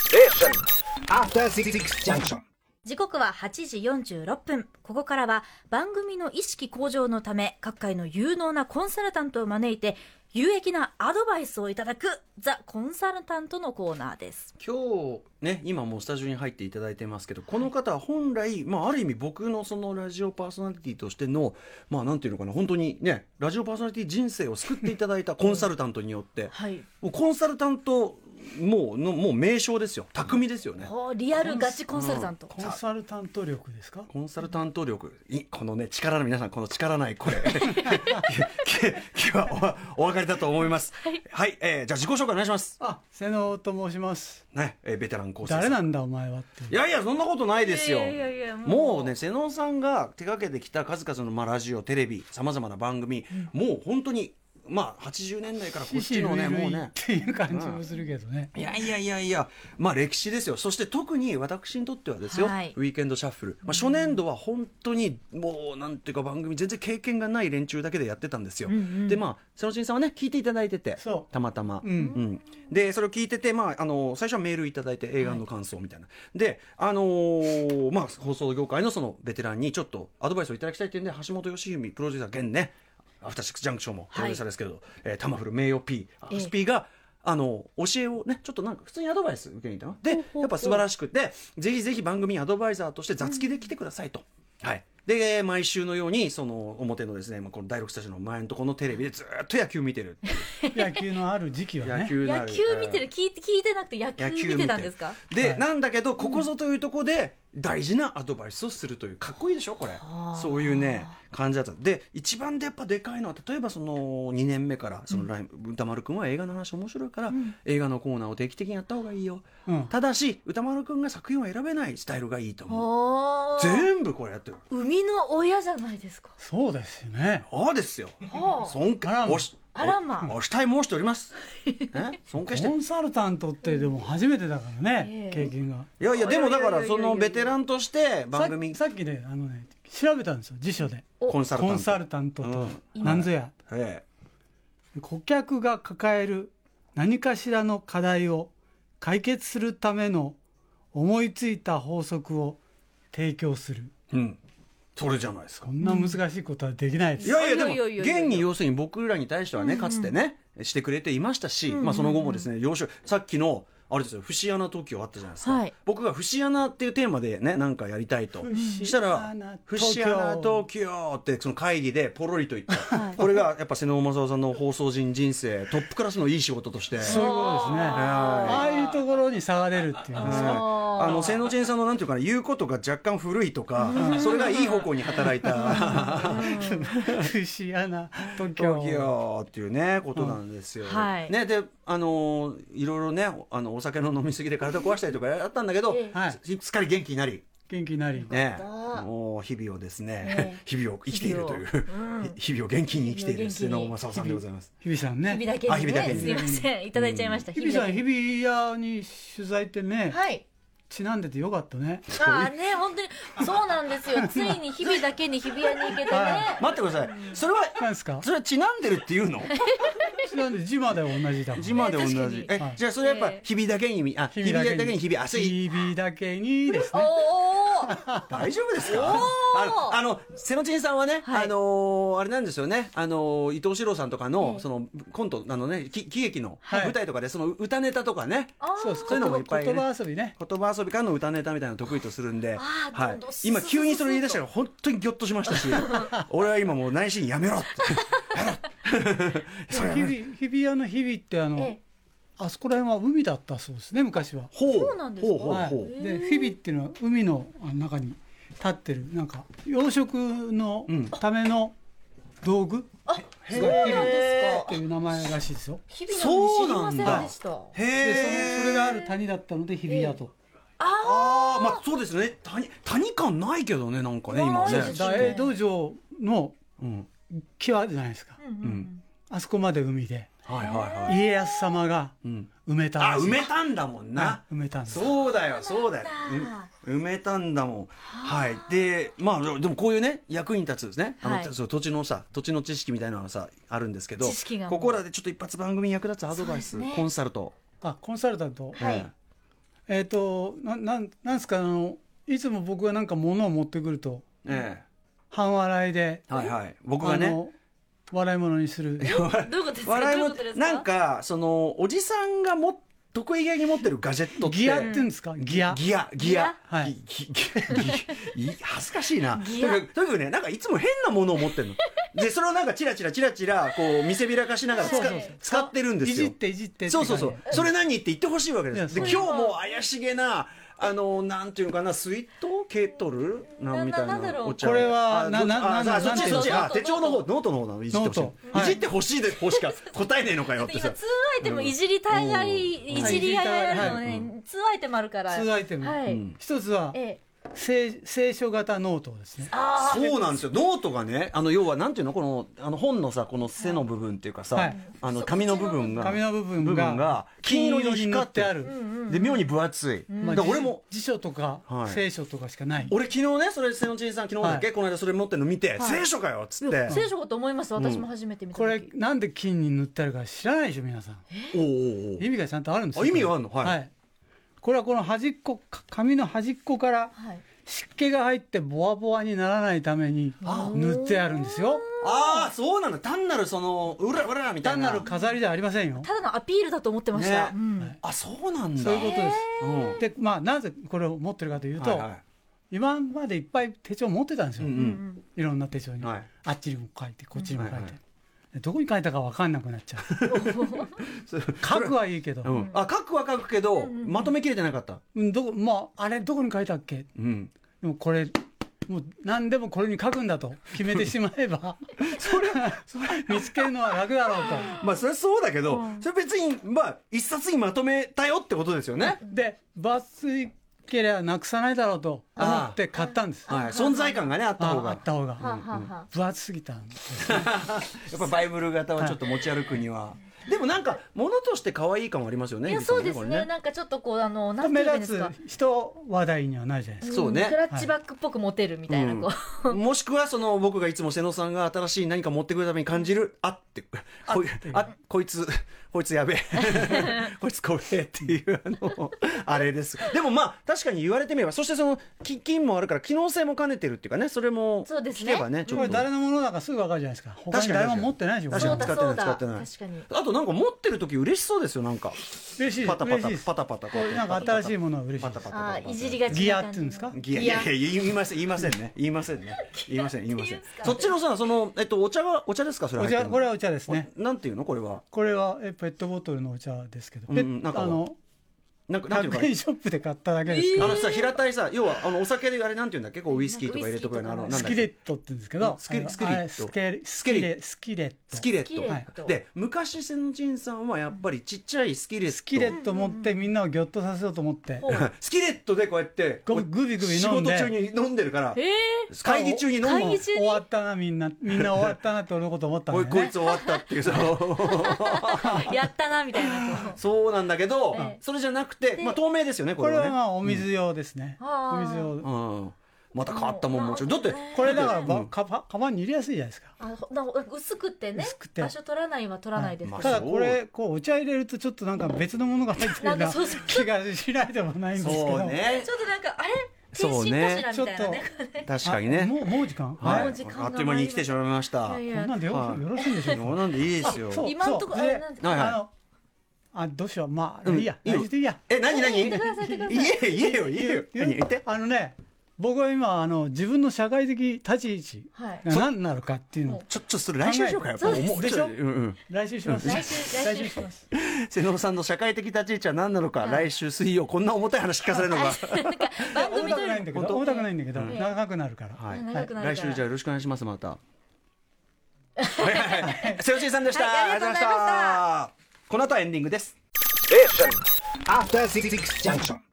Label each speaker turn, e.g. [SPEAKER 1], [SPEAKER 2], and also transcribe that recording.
[SPEAKER 1] Station.
[SPEAKER 2] After Six Junction.
[SPEAKER 3] 時刻は8時46分ここからは番組の意識向上のため各界の有能なコンサルタントを招いて有益なアドバイスをいただくザ・コンサルタントのコーナーです
[SPEAKER 4] 今日ね今もうスタジオに入っていただいてますけどこの方は本来、まあ、ある意味僕のそのラジオパーソナリティとしてのまあなんていうのかな本当にねラジオパーソナリティ人生を救っていただいたコンサルタントによって、
[SPEAKER 3] はい
[SPEAKER 4] もうコンサルタントもうのもう名称ですよ巧みですよね。
[SPEAKER 3] おリアルガチコンサルタント、
[SPEAKER 5] コンサルタント力ですか
[SPEAKER 4] コンサルタント力いこのね力の皆さんこの力ない 声今日はおお分かりだと思いますはい、えーじゃあ自己紹介お願いします
[SPEAKER 5] あ瀬能と申します
[SPEAKER 4] ね、えーベテラン講師
[SPEAKER 5] 誰なんだお前はって
[SPEAKER 4] いやいやそんなことないですよ
[SPEAKER 3] いやいやいやもう
[SPEAKER 4] もうね瀬能さんが手掛けてきた数々の、まあ、ラジオテレビさまざまな番組、もう本当にまあ80年代からこっ ちのね
[SPEAKER 5] 類
[SPEAKER 4] もう
[SPEAKER 5] 類
[SPEAKER 4] ね
[SPEAKER 5] っていう感じもするけどね、
[SPEAKER 4] いやいやいやいや、まあ歴史ですよ。そして特に私にとってはですよ、
[SPEAKER 3] はい
[SPEAKER 4] ウィーケンドシャッフル。まあ初年度は本当にもうなんていうか番組全然経験がない連中だけでやってたんですよ。でまあ、瀬野新さんはね、聞いていただいてて
[SPEAKER 5] そ、う
[SPEAKER 4] たまたま。
[SPEAKER 5] うん
[SPEAKER 4] うん、でそれを聞いてて、まあ、あの最初はメールいただいて映画の感想みたいな、で、あのーまあ、放送業界のそのベテランにちょっとアドバイスをいただきたいというんで橋本良文プロデューサー現ねアフターシックスジャンクションもプロデューサーですけど、えータマフル名誉 P あ
[SPEAKER 3] ええ
[SPEAKER 4] SP が、あの教えをねちょっとなんか普通にアドバイス受けに行ったのでやっぱ素晴らしくてぜひぜひ番組にアドバイザーとして座付きで来てくださいと。はいで毎週のようにその表のですねまあこの第6スタジオの前のところのテレビでずーっと野球見てる
[SPEAKER 5] 野球のある時期は ね
[SPEAKER 4] 野球な
[SPEAKER 3] 野
[SPEAKER 4] る
[SPEAKER 3] 球見てる聞いて聞いてなくて野球見てたんですか
[SPEAKER 4] で、
[SPEAKER 5] はい
[SPEAKER 4] なんだけどここぞというところで大事なアドバイスをするというかっこいいでしょこれそういうね感じだったで一番でやっぱでかいのは例えばその2年目からそのライブ歌丸くんは映画の話面白いから、映画のコーナーを定期的にやった方がいいよ、
[SPEAKER 5] うん
[SPEAKER 4] ただし歌丸くんが作品を選べないスタイルがいいと思う
[SPEAKER 3] おー
[SPEAKER 4] 全部これやってる
[SPEAKER 3] 生みの親じゃないですか
[SPEAKER 5] そうですよね
[SPEAKER 4] ああですよ
[SPEAKER 3] はあ
[SPEAKER 4] 尊
[SPEAKER 5] あら
[SPEAKER 4] 敬
[SPEAKER 5] ま
[SPEAKER 4] おし
[SPEAKER 3] あらま
[SPEAKER 4] おお慕い申しております、ね、尊敬して
[SPEAKER 5] コンサルタントってでも初めてだから
[SPEAKER 3] え
[SPEAKER 5] ね、
[SPEAKER 3] え
[SPEAKER 5] 経験が
[SPEAKER 4] いやいやでもだか
[SPEAKER 3] いやいやいやいやいや
[SPEAKER 4] らそのベテランとして番組
[SPEAKER 5] さっきさっきねあのね調べたんですよ辞書で
[SPEAKER 4] コンサルタン
[SPEAKER 5] コ
[SPEAKER 4] ト
[SPEAKER 5] ンサルタントと
[SPEAKER 4] うん
[SPEAKER 5] なんぞや
[SPEAKER 4] え
[SPEAKER 5] 顧客が抱える何かしらの課題を解決するための思いついた法則を提供する
[SPEAKER 4] えうんそれじゃないですか
[SPEAKER 5] こんな難しいことはできないで
[SPEAKER 4] い
[SPEAKER 5] す、
[SPEAKER 4] やいや
[SPEAKER 3] いやいやい
[SPEAKER 4] で
[SPEAKER 3] や
[SPEAKER 4] も
[SPEAKER 3] いや
[SPEAKER 4] 現に要するに僕らに対してはねかつてねしてくれていましたし、まあ、その後もですね要所さっきのあれですよ節穴東京あったじゃないですか、
[SPEAKER 3] はい
[SPEAKER 4] 僕が節穴っていうテーマでねなんかやりたいとしたら「節
[SPEAKER 5] 節
[SPEAKER 4] 穴
[SPEAKER 5] 穴
[SPEAKER 4] 東
[SPEAKER 5] 東
[SPEAKER 4] 京」ってその会議でポロリと言った、これがやっぱ瀬能正夫さんの放送人人生トップクラスのいい仕事として。
[SPEAKER 5] そういうことですねああいうところに差が出るっていう
[SPEAKER 4] うんあの千野仁さんのなんていうかな言うことが若干古いとかそれがいい方向に働いた
[SPEAKER 5] んですね節穴東京
[SPEAKER 4] 東京っていうねことなんですよ、
[SPEAKER 3] うんはい
[SPEAKER 4] ねであのーいろいろねおあのお酒の飲み過ぎで体壊したりとかやったんだけど、
[SPEAKER 3] え
[SPEAKER 5] えはい
[SPEAKER 4] すすっかり元気になり
[SPEAKER 5] 元気になり、
[SPEAKER 4] ね
[SPEAKER 3] た
[SPEAKER 4] もう日々をです
[SPEAKER 3] え
[SPEAKER 4] ね、日々を生きているという
[SPEAKER 3] 日
[SPEAKER 4] 日々,、を元気に生きている
[SPEAKER 3] 日
[SPEAKER 4] 瀬
[SPEAKER 3] 々を
[SPEAKER 4] 野
[SPEAKER 3] 元気に
[SPEAKER 4] 正夫さんでございます
[SPEAKER 5] 日比さんね
[SPEAKER 3] 日々だけ
[SPEAKER 4] あ日
[SPEAKER 3] に
[SPEAKER 4] 々だ
[SPEAKER 3] ね
[SPEAKER 4] けに
[SPEAKER 3] すいませんいただいちゃいました
[SPEAKER 5] 日比さん
[SPEAKER 3] 々
[SPEAKER 5] 日比谷に取材ってね、
[SPEAKER 3] はい
[SPEAKER 5] ちなんでてよかったね
[SPEAKER 3] ああね本当にそうなんですよついに日々だけに日比谷に行けてね
[SPEAKER 4] 待ってくださいそれ
[SPEAKER 5] なん
[SPEAKER 4] は
[SPEAKER 5] ですか
[SPEAKER 4] それはちなんでるっていう の
[SPEAKER 5] ちなんで字までは同じだもん
[SPEAKER 4] 字まで同
[SPEAKER 3] ね確か
[SPEAKER 4] じ
[SPEAKER 3] に
[SPEAKER 4] え、
[SPEAKER 5] はい
[SPEAKER 4] じゃあそれはやっぱ日々だけにあ日々だけに日々熱い
[SPEAKER 5] 日々だけにです
[SPEAKER 3] お
[SPEAKER 5] ね
[SPEAKER 3] ーおー
[SPEAKER 4] 大丈夫ですかあのあの瀬野珍さんはね、
[SPEAKER 3] はい
[SPEAKER 4] あのーあれなんですよね、あのー伊藤四郎さんとかの,、そのコントあの、ね、き喜劇の
[SPEAKER 5] はい
[SPEAKER 4] 舞台とかで、その歌ネタとかね
[SPEAKER 3] あー
[SPEAKER 5] そうです
[SPEAKER 4] そういうのもいっぱいね
[SPEAKER 5] 言葉遊びね
[SPEAKER 4] 言葉遊びからの歌ネタみたいなの得意とするんで、
[SPEAKER 3] あー
[SPEAKER 4] は
[SPEAKER 3] ど
[SPEAKER 4] い
[SPEAKER 3] んどんスー、
[SPEAKER 4] 今急にそれ言い出したから本当にギョッとし ましたし俺は今もう内心やめろって
[SPEAKER 5] 日々日比谷の日々ってあの、
[SPEAKER 3] ええ
[SPEAKER 5] あそこら辺は海だったそうですね昔は、
[SPEAKER 4] ほう
[SPEAKER 3] そうなんですか
[SPEAKER 4] ほうほう
[SPEAKER 5] はい
[SPEAKER 4] ほう、
[SPEAKER 5] で日々っていうのは海のあの中に立ってるなんか養殖の
[SPEAKER 4] ん
[SPEAKER 5] ための道具、
[SPEAKER 3] そうなんです
[SPEAKER 5] っ
[SPEAKER 3] か
[SPEAKER 5] ていう名前らしいですよ
[SPEAKER 3] 日々なんて知りませんでした
[SPEAKER 4] へ
[SPEAKER 5] でそ
[SPEAKER 4] え
[SPEAKER 5] れそれがある谷だったので日比谷と、
[SPEAKER 4] ああまあそうですね谷谷感ないけどねなんかね今
[SPEAKER 3] な
[SPEAKER 4] ね
[SPEAKER 3] いです
[SPEAKER 5] 大江戸城の
[SPEAKER 4] うん
[SPEAKER 5] 際じゃないですか、
[SPEAKER 4] うん
[SPEAKER 5] あそこまで海で
[SPEAKER 4] はいはいはい、
[SPEAKER 5] 家康様が
[SPEAKER 4] うん
[SPEAKER 5] 埋めた
[SPEAKER 4] あ
[SPEAKER 5] らしい
[SPEAKER 4] 埋めたんだもんな、
[SPEAKER 5] 埋めたんです
[SPEAKER 4] そうだよそうだようん埋めたんだもんはいでまあでもこういうね役に立つですねあの、
[SPEAKER 3] はい
[SPEAKER 4] そう土地のさ土地の知識みたいなのがさあるんですけど
[SPEAKER 3] 知識がもう
[SPEAKER 4] ここらでちょっと一発番組に役立つアドバイス、
[SPEAKER 3] そうですね
[SPEAKER 4] コンサルト
[SPEAKER 5] あコンサルタント、
[SPEAKER 4] はい
[SPEAKER 5] えっ、とななんなんですかあのいつも僕がなんか物を持ってくると
[SPEAKER 4] え
[SPEAKER 5] 半笑いで、
[SPEAKER 4] えはいはい僕がね
[SPEAKER 5] あの笑い物にする
[SPEAKER 3] どういうことですかどう
[SPEAKER 4] 笑い
[SPEAKER 3] いう
[SPEAKER 4] も
[SPEAKER 3] ことですか
[SPEAKER 4] なんかそのおじさんがも得意げに持ってるガジェットって
[SPEAKER 5] ギアって言うんですかギア
[SPEAKER 4] ギアギア
[SPEAKER 5] はい
[SPEAKER 4] ギギギ ギ恥ずかしいなとに
[SPEAKER 3] ギア
[SPEAKER 4] かくとにかくねなんかいつも変なものを持ってるの でそれをなんかチラチラチラチラこう見せびらかしながら使
[SPEAKER 3] そうそうそう
[SPEAKER 4] 使ってるんで
[SPEAKER 5] い
[SPEAKER 4] す
[SPEAKER 5] じ
[SPEAKER 4] よ
[SPEAKER 5] っていじってって
[SPEAKER 4] そうそうそう
[SPEAKER 5] 感じで
[SPEAKER 4] それ何って言ってほしいわけ
[SPEAKER 5] い
[SPEAKER 4] で
[SPEAKER 5] や
[SPEAKER 4] す
[SPEAKER 5] そ
[SPEAKER 4] で
[SPEAKER 5] う
[SPEAKER 4] 今日も怪しげなあのなんていうのかなスイートケトルな
[SPEAKER 3] なん
[SPEAKER 4] みたい
[SPEAKER 3] なんだろ
[SPEAKER 4] な
[SPEAKER 3] う
[SPEAKER 4] お茶
[SPEAKER 5] これは
[SPEAKER 4] あ
[SPEAKER 5] な
[SPEAKER 4] ど
[SPEAKER 5] なな
[SPEAKER 4] あさあそ
[SPEAKER 5] な
[SPEAKER 4] っ
[SPEAKER 5] ん
[SPEAKER 4] ち
[SPEAKER 5] ていう
[SPEAKER 4] そ
[SPEAKER 5] の
[SPEAKER 4] っちあ
[SPEAKER 3] ノート
[SPEAKER 4] 手帳の方ノートの方なのいじってほし
[SPEAKER 5] ノー
[SPEAKER 4] い
[SPEAKER 5] ト
[SPEAKER 4] いじってほしいでほしか答えねえのかよって
[SPEAKER 3] 今
[SPEAKER 4] さ
[SPEAKER 3] 2アイテムいじりたいあり
[SPEAKER 5] ん
[SPEAKER 3] いじり合いあるのね2アイテムあるから
[SPEAKER 5] ツーアイテム
[SPEAKER 3] はい
[SPEAKER 4] うん
[SPEAKER 5] 一つは
[SPEAKER 3] ええ
[SPEAKER 5] 聖聖書型ノートですね
[SPEAKER 3] ああ
[SPEAKER 4] そうなんですよノートがねあの要はなんていうのこのあの本のさこの背の部分っていうかさ、
[SPEAKER 5] はい
[SPEAKER 4] あの紙の部分が
[SPEAKER 5] 紙の部分が
[SPEAKER 4] 金色に
[SPEAKER 5] 金色に
[SPEAKER 4] 光
[SPEAKER 5] 塗
[SPEAKER 4] っ
[SPEAKER 5] ってて
[SPEAKER 4] あ
[SPEAKER 5] あ
[SPEAKER 4] る
[SPEAKER 5] る、
[SPEAKER 4] で妙に分厚い、
[SPEAKER 5] まあ
[SPEAKER 4] で俺も
[SPEAKER 5] 辞辞書とか
[SPEAKER 4] はい
[SPEAKER 5] 聖書とかしかない、
[SPEAKER 4] 俺昨日ねそれ瀬野ちんさん昨日だっけ、
[SPEAKER 5] は
[SPEAKER 4] この間それ持ってるの見て、聖書かよっつって、
[SPEAKER 3] 聖書かと思います私も初めて見た
[SPEAKER 5] これ
[SPEAKER 3] 時
[SPEAKER 5] なんで金に塗ってあるか知らないでしょ皆さん
[SPEAKER 4] おうおうおう
[SPEAKER 5] 意味がちゃんとあるんですよ
[SPEAKER 4] あ意味があるのはい
[SPEAKER 5] これはこの端っこか紙の端っこから
[SPEAKER 3] はい
[SPEAKER 5] 湿気が入ってボワボワにならないために塗ってあるんですよ
[SPEAKER 4] ああそうなんだ単なるそのうらうらみたい
[SPEAKER 5] 単
[SPEAKER 4] な
[SPEAKER 5] なる飾りじゃありませんよ
[SPEAKER 3] ただのアピールだと思ってました
[SPEAKER 4] ね
[SPEAKER 3] うん
[SPEAKER 5] はい
[SPEAKER 4] あそうなんだ
[SPEAKER 5] そういうことです
[SPEAKER 4] うん
[SPEAKER 5] でまあなぜこれを持ってるかというと、
[SPEAKER 4] はいは
[SPEAKER 5] 今までいっぱい手帳持ってたんです
[SPEAKER 4] い、う
[SPEAKER 5] よ、
[SPEAKER 4] んう
[SPEAKER 3] うんん
[SPEAKER 5] いろんな手帳に、
[SPEAKER 4] はい
[SPEAKER 5] あっちにも書いてこっちにも書いて、
[SPEAKER 4] はいはい
[SPEAKER 5] でどこに書いたか分かんなくなっちゃう
[SPEAKER 4] それ
[SPEAKER 5] 書くはいいけど、
[SPEAKER 4] うん、あ書くは書くけど、
[SPEAKER 3] んうん
[SPEAKER 4] まとめきれてなかった、
[SPEAKER 5] うんどこまああれどこに書いたっけ
[SPEAKER 4] うん、
[SPEAKER 5] でもこれもう何でもこれに書くんだと決めてしまえ ば見つけるのは楽だろう
[SPEAKER 4] まあそれはそうだけど、
[SPEAKER 3] うん
[SPEAKER 4] それ別にまあ一冊にまとめたよってことですよね、
[SPEAKER 5] とでバスいけりゃなくさないだろうと思って買ったんです
[SPEAKER 4] はい、存在感がねあった方
[SPEAKER 5] あ
[SPEAKER 4] が
[SPEAKER 5] あった方が
[SPEAKER 3] はあはあはあ
[SPEAKER 5] 分厚すぎたんで
[SPEAKER 4] やっぱバイブル型はちょっと持ち歩くには、でもなんか物として可愛い感はありますよね
[SPEAKER 3] いや
[SPEAKER 4] 日比さ
[SPEAKER 3] そ
[SPEAKER 4] ん
[SPEAKER 3] うです
[SPEAKER 4] こ
[SPEAKER 3] ね
[SPEAKER 4] れ
[SPEAKER 3] なんかちょっとこうあのなんて
[SPEAKER 5] 目
[SPEAKER 3] 言うんです
[SPEAKER 5] 立
[SPEAKER 3] か
[SPEAKER 5] つ人話題にはないじゃないですか
[SPEAKER 4] そうね
[SPEAKER 3] んクラッチバックっぽくモテるみたいなこう
[SPEAKER 4] もしくはその僕がいつも瀬野さんが新しい何か持ってくるために感じるあってこいあこいつこいつ やべえこいつ怖えっていうあのあれですでもまあ確かに言われてみればそしてそのき金もあるから機能性も兼ねてるっていうかねそれも
[SPEAKER 3] そうです
[SPEAKER 4] 聞
[SPEAKER 3] ね
[SPEAKER 4] けばねちょ
[SPEAKER 5] こ
[SPEAKER 4] っ
[SPEAKER 5] れ
[SPEAKER 4] と
[SPEAKER 5] 誰のものだかすぐ分かるじゃないですか他に誰も持ってないでしょこれ
[SPEAKER 4] 確
[SPEAKER 3] そ
[SPEAKER 4] か
[SPEAKER 3] う
[SPEAKER 4] に
[SPEAKER 3] だ
[SPEAKER 4] 使って
[SPEAKER 3] そ
[SPEAKER 4] な
[SPEAKER 3] う
[SPEAKER 4] い
[SPEAKER 3] だ
[SPEAKER 4] 使っ
[SPEAKER 3] 確
[SPEAKER 4] て
[SPEAKER 3] か
[SPEAKER 4] ない
[SPEAKER 3] に
[SPEAKER 4] あとなんか持ってる時嬉しそうですよなんか
[SPEAKER 5] 嬉しいです
[SPEAKER 4] パタパタ
[SPEAKER 5] 嬉しいです
[SPEAKER 4] パタパタ
[SPEAKER 5] こういうなんか新しいものは嬉しいです
[SPEAKER 4] パタパタ
[SPEAKER 3] あーいじりがちな
[SPEAKER 5] ギアっていうんですか
[SPEAKER 3] 感じ
[SPEAKER 4] ギアいやいや言いません言いませんね言いませんね言いません言いませ
[SPEAKER 3] っていう
[SPEAKER 4] ん
[SPEAKER 3] んすか
[SPEAKER 4] そっちのさそのえっとお茶はお茶ですかそれ
[SPEAKER 5] お
[SPEAKER 4] 入って
[SPEAKER 5] 茶
[SPEAKER 4] るの
[SPEAKER 5] これはお茶ですね
[SPEAKER 4] おなんていうのこれは
[SPEAKER 5] これはえペットボトルのお茶ですけど、
[SPEAKER 4] うんうん
[SPEAKER 5] ペッ
[SPEAKER 4] 中は
[SPEAKER 5] あの
[SPEAKER 4] なんかなんていうの
[SPEAKER 5] 100
[SPEAKER 4] か
[SPEAKER 5] 円ショップで買っただけですか
[SPEAKER 4] あのさ平たいさ要はあのお酒であれなんていうんだっけこうウイスキーとか入れとくようなあの
[SPEAKER 3] ウイ
[SPEAKER 4] なん
[SPEAKER 5] らス
[SPEAKER 4] だっ
[SPEAKER 5] キ
[SPEAKER 4] け
[SPEAKER 5] レットって言うんですけど
[SPEAKER 4] スキレ
[SPEAKER 5] あの
[SPEAKER 4] スキレット
[SPEAKER 5] あれスケレス
[SPEAKER 4] キ
[SPEAKER 5] キ
[SPEAKER 4] レ
[SPEAKER 5] レスキレット
[SPEAKER 4] スキレット
[SPEAKER 3] スキレット
[SPEAKER 4] はいで昔瀬野仁さんはやっぱりちっちゃいスキレット
[SPEAKER 5] スキレット持ってみんなをギョッとさせようと思って
[SPEAKER 3] ほう
[SPEAKER 4] スキレットでこうやって
[SPEAKER 5] ごグビグビ
[SPEAKER 4] 仕
[SPEAKER 5] 飲
[SPEAKER 4] 事
[SPEAKER 5] んで
[SPEAKER 4] 中に飲んでるから
[SPEAKER 3] ええ
[SPEAKER 4] 会議中に飲む
[SPEAKER 3] 会議中に
[SPEAKER 5] 終わったなみんなみんな終わったなって俺のこと思ったん
[SPEAKER 4] お
[SPEAKER 5] だ
[SPEAKER 4] い
[SPEAKER 5] よ
[SPEAKER 4] こい
[SPEAKER 5] ね
[SPEAKER 4] つ終わったっていう その
[SPEAKER 3] やったなみたいなこう
[SPEAKER 4] そうなんだけど
[SPEAKER 3] ええ
[SPEAKER 4] それじゃなくて
[SPEAKER 3] で
[SPEAKER 4] まあ透明ですよねこ
[SPEAKER 5] こ
[SPEAKER 4] れ
[SPEAKER 5] れ
[SPEAKER 4] は
[SPEAKER 5] は
[SPEAKER 4] ね
[SPEAKER 5] まあお水用ですね、
[SPEAKER 3] うんあー
[SPEAKER 5] お水用、
[SPEAKER 4] うんまた変わったもんもちろんだって
[SPEAKER 5] これだから
[SPEAKER 4] う
[SPEAKER 5] ば、
[SPEAKER 4] ん
[SPEAKER 5] かばカバンに入れやすいじゃないですか
[SPEAKER 3] あほなんか薄くてね
[SPEAKER 5] 薄くて
[SPEAKER 3] 場所取らないは取らないです
[SPEAKER 4] はい
[SPEAKER 5] た
[SPEAKER 3] から
[SPEAKER 5] だこれこうお茶入れるとちょっとなんか別のものが入ってるよ
[SPEAKER 3] な
[SPEAKER 5] う
[SPEAKER 3] ん
[SPEAKER 5] な
[SPEAKER 3] かそうそう
[SPEAKER 5] 気がしないでもないんですけど
[SPEAKER 4] そうね
[SPEAKER 3] ちょっとなんかあれ
[SPEAKER 4] そ
[SPEAKER 3] 天
[SPEAKER 4] う
[SPEAKER 3] 津
[SPEAKER 4] ね
[SPEAKER 3] かしらみたいなね
[SPEAKER 4] 確かにね
[SPEAKER 5] あもうもう時間
[SPEAKER 4] はい、
[SPEAKER 3] もう時間が
[SPEAKER 4] あっという間に来てしまいました。
[SPEAKER 3] いやい
[SPEAKER 5] こんなんでよ,、
[SPEAKER 4] はい
[SPEAKER 5] よろしいんでしょう
[SPEAKER 4] そうなんでいいですよ。
[SPEAKER 5] そう
[SPEAKER 3] 今んとこ
[SPEAKER 5] そう
[SPEAKER 3] あれ
[SPEAKER 5] で
[SPEAKER 3] なんです
[SPEAKER 4] はいはい
[SPEAKER 5] あのあどうしようまあ、
[SPEAKER 4] うん
[SPEAKER 5] いいや
[SPEAKER 4] いいよ
[SPEAKER 5] 大事でいいや
[SPEAKER 4] え、なになに。言
[SPEAKER 3] 言ってください言ってくだ
[SPEAKER 4] え、言えよ、言えよ。何言って。
[SPEAKER 5] あのね僕は今あの自分の社会的立ち位置
[SPEAKER 3] はい
[SPEAKER 5] が何なのかっていうのを
[SPEAKER 4] ちょ、ちょ、それ来週にしようか、やっぱ
[SPEAKER 3] そうです
[SPEAKER 4] もう
[SPEAKER 5] でしょ
[SPEAKER 4] ちうんうん。
[SPEAKER 5] 来週します、
[SPEAKER 3] 来週来週します
[SPEAKER 4] 瀬野さんの社会的立ち位置は何なのか、
[SPEAKER 3] はい
[SPEAKER 4] 来週水曜、こんな重たい話聞かされるのか。
[SPEAKER 3] 番
[SPEAKER 5] 重
[SPEAKER 3] 組と
[SPEAKER 5] たく
[SPEAKER 3] い
[SPEAKER 5] ないん
[SPEAKER 3] う
[SPEAKER 5] だけ
[SPEAKER 4] 本当
[SPEAKER 5] ど重たくないんだけど、
[SPEAKER 3] ん
[SPEAKER 5] 長くなるから、
[SPEAKER 4] はい
[SPEAKER 3] 長くなるから
[SPEAKER 4] 来週じゃ、よろしくお願いします、また。はいはいはい瀬尾慎さんでした。
[SPEAKER 3] はいありがとうございました
[SPEAKER 4] ありがとうございました。この後はエンディングです。
[SPEAKER 2] After Six Junction.